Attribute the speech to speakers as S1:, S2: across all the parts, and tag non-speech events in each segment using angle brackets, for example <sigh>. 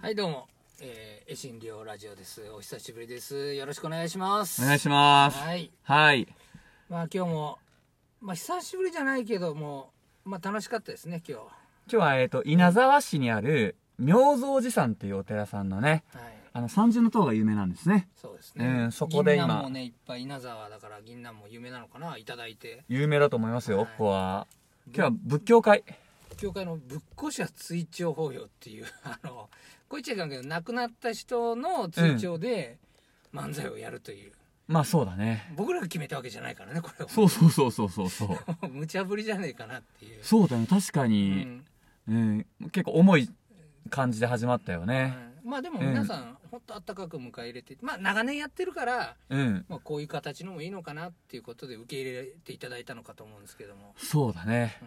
S1: はいどうも、えー、えしんりょうラジオです。お久しぶりです。よろしくお願いします。
S2: お願いします。
S1: はい。
S2: はい。
S1: まあ今日も、まあ久しぶりじゃないけども、まあ楽しかったですね、今日。
S2: 今日は、えっ、と、稲沢市にある、明蔵寺さんっていうお寺さんのね、
S1: はい。
S2: あの、三重の塔が有名なんですね。
S1: そうですね。
S2: うんそこで今
S1: 銀杏もね、いっぱい稲沢だから銀杏も有名なのかな、いただいて。
S2: 有名だと思いますよ、
S1: はい
S2: ここは。今日は仏教会。
S1: 教会の仏古社追徴法要っていう、 <laughs> あの、こう言っちゃいかんけど、亡くなった人の追徴で漫才をやるという。
S2: まあそうだね。
S1: 僕らが決めたわけじゃないからね、これは。
S2: そうそうそうそうそうそう。
S1: う。無茶ぶりじゃねえかなっていう。
S2: <laughs> そうだね、確か
S1: う
S2: に、
S1: ん
S2: うん、結構重い感じで始まったよね。
S1: うんまあでも皆さん、本当あったかく迎え入れて、まあ長年やってるから、
S2: うん。
S1: まあ、こういう形のもいいのかなっていうことで受け入れていただいたのかと思うんですけども、
S2: そうだね。
S1: う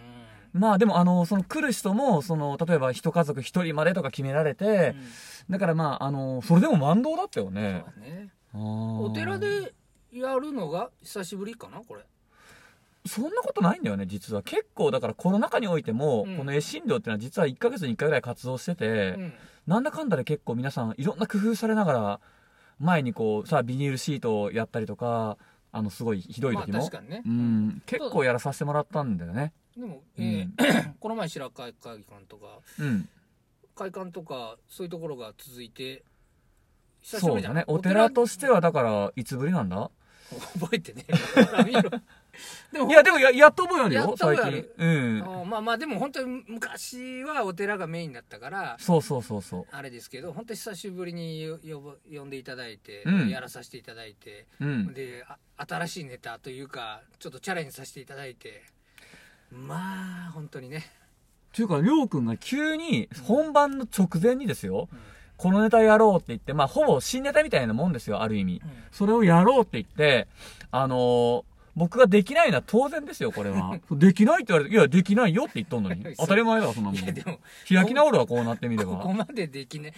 S1: ん
S2: まあでもあの、その来る人も、その、例えば一家族一人までとか決められて、
S1: うん
S2: だからまあ、あの、それでも満堂だったよ
S1: そう
S2: ね。
S1: だね
S2: お
S1: お寺でやるのが久しぶりかなこれ
S2: そんなことないんだよね、実は。結構、だからコロナ禍においても、
S1: うん
S2: この絵心療ってのは実は1ヶ月に1回ぐらい活動してて、
S1: うん
S2: なんだかんだで結構皆さんいろんな工夫されながら、前にこう、さあビニールシートをやったりとか、あの、すごいひどい
S1: まあ
S2: 時も。
S1: 確かにね
S2: う、ん、結構やらさせてもらったんだよね。
S1: でも、
S2: う
S1: え
S2: ん。
S1: ー <coughs> この前白川会館とか
S2: うん。
S1: 会館とかそういうところが続いて久しぶ
S2: そ
S1: り
S2: う
S1: じ
S2: だ
S1: ゃ
S2: ね
S1: ない。
S2: お寺としては、だから、いつぶりなんだ
S1: <laughs> 覚えてねえから見ろ
S2: <laughs>
S1: でも
S2: いや、でもや、やっと覚えある
S1: やっ
S2: よ、
S1: と
S2: 最
S1: 覚えあ
S2: 近
S1: る。
S2: うん。
S1: あーまあまあでも本当に昔はお寺がメインだったから
S2: そうそうそうそう。
S1: あれですけど本当に久しぶりに呼ば呼んでいただいて、
S2: うん
S1: やらさせていただいて、
S2: うん。
S1: であ新しいネタというかちょっとチャレンジさせていただいてまあ本当にね、
S2: っていうか、りょうくんが急に、本番の直前にですよ、
S1: うん
S2: このネタやろうって言って、まあ、ほぼ新ネタみたいなもんですよ、ある意味。それをやろうって言って、あのー僕ができないのは当然ですよ、これ
S1: <laughs>
S2: は。できないって言われて、いや、できないよって言っとんのに
S1: そう。
S2: 当たり前だわ、そんなもん。
S1: いやで
S2: 開
S1: も
S2: き直るわ、こうなってみれ
S1: ここ
S2: ば。
S1: までできない3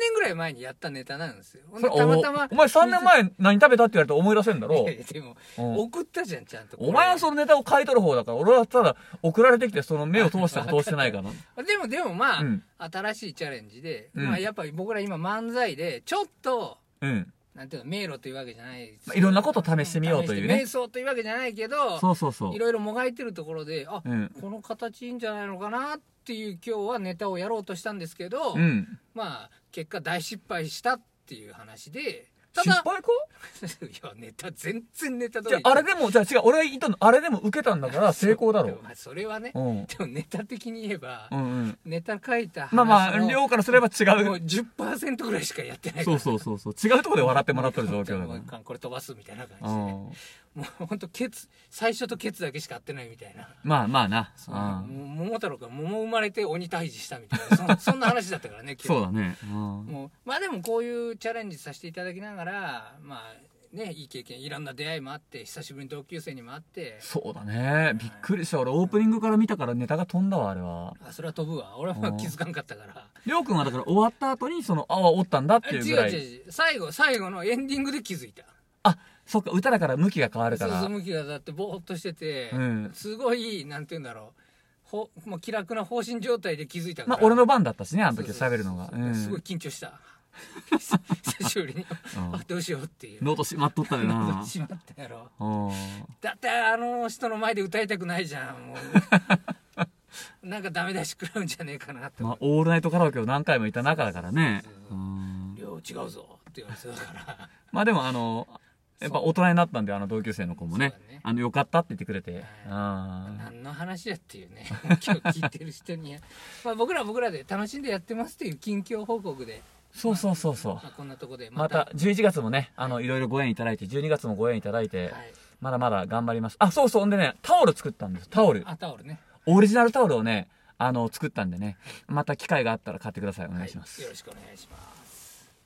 S1: 年ぐらい前にやったネタなんですよほんで
S2: それ
S1: たまたま
S2: おお前3年前何食べたって言われて思い出せんだろ
S1: いやいやでも、
S2: う。うん
S1: 送ったじゃんちゃんとこれ
S2: お前はそのネタを書いとる方だから、俺はただ送られてきて、その目を通したか通してない
S1: <laughs>
S2: かな。
S1: でもでもまあ、
S2: うん
S1: 新しいチャレンジで、
S2: うん
S1: まあ、やっぱり僕ら今漫才でちょっと
S2: うん。
S1: なんていうの迷路というわけじゃないです
S2: まあいろんなことを試してみようというね
S1: 試して瞑想というわけじゃないけど
S2: そうそうそう
S1: い。ろいろもがいてるところであ、
S2: うん。
S1: この形いいんじゃないのかなっていう今日はネタをやろうとしたんですけど、
S2: うん。
S1: まあ結果大失敗したっていう話でた
S2: 失
S1: だ
S2: 敗か
S1: <laughs> いやネタ全然ネタ通
S2: じ
S1: り
S2: ゃあ、あれでも、じゃあ違う、俺が言ったの、あれでも受けたんだから成功だろ
S1: まあそれはね、
S2: う。うん。
S1: でもネタ的に言えば、
S2: うんうん。
S1: ネタ書いた話
S2: ま
S1: の
S2: あまあ、量からすれば違
S1: もう
S2: う。
S1: 10%ぐらいしかやってないか
S2: そ
S1: ら
S2: うそうそうそう。違うところで笑ってもらってる状況
S1: <laughs> も
S2: だ
S1: う
S2: か
S1: 一巻これ飛ばすみたいな感じ
S2: ら。
S1: で
S2: う
S1: ね、
S2: ん。
S1: もうほんとケツ最初とケツだけしか合ってないみたいな
S2: まあまあな。
S1: そうも
S2: うん
S1: う桃太郎が桃生まれて鬼退治したみたいなそん <laughs> そんな話だったからね今日
S2: そうだね。うん
S1: もうまあでもこういうチャレンジさせていただきながらまあねいい経験いろんな出会いもあって久しぶりに同級生にもあって
S2: そうだね。びっくりした。俺、オープニングから見たからネタが飛んだわ、あれは。
S1: あそれは飛ぶわ俺は
S2: うん
S1: 気づかんかったから
S2: りょうくんはだから終わった後に、その、ああ、おったんだって
S1: 違
S2: いううぐら
S1: 違う
S2: い。
S1: 違う最後最後のエンディングで気づいた
S2: あ、そっか、歌だから向きが変わるか
S1: そうそう
S2: ら。
S1: 向きがだってぼーっとしてて、
S2: うん
S1: すごいなんて言うんだろうほもう気楽な放心状態で気づいたから
S2: まあ、俺の番だったしね、あの時
S1: そうそうそう
S2: 喋るのが。う
S1: すごい
S2: ん。
S1: 緊張した久久しぶりに
S2: うん
S1: あどうしようっていう
S2: ノートしまっとったよ
S1: なん <laughs>
S2: な
S1: か。しまったやろ
S2: うん。
S1: だってあの人の前で歌いたくないじゃんも
S2: <laughs>
S1: うなんかダメ出し食らうんじゃねえかなって
S2: ま
S1: 思
S2: あ
S1: っ、て
S2: オールナイトカラオケを何回もいた中だからね
S1: そうそう。
S2: う
S1: そうん量違うぞって言われてたから
S2: まあでもあの、やっぱ大人になったんで、あの同級生の子もね
S1: そうだね。
S2: あの、よかったって言ってくれて。あ
S1: 何の話やっていうね今日聞いてる人にまあ僕らは僕らで楽しんでやってますっていう近況報告で、
S2: そうそうそうそう
S1: ま。あ、こんなとこで
S2: また11月もね、あの、いろいろご縁いただいて、12月もご縁いただいて、
S1: はい、
S2: まだまだ頑張ります。あ、そうそう。んでね、タオル作ったんです。タオル。
S1: あタオルね
S2: オリジナルタオルをね、あの、作ったんでね、また機会があったら買ってください。お願いします
S1: は。よろしくお願いします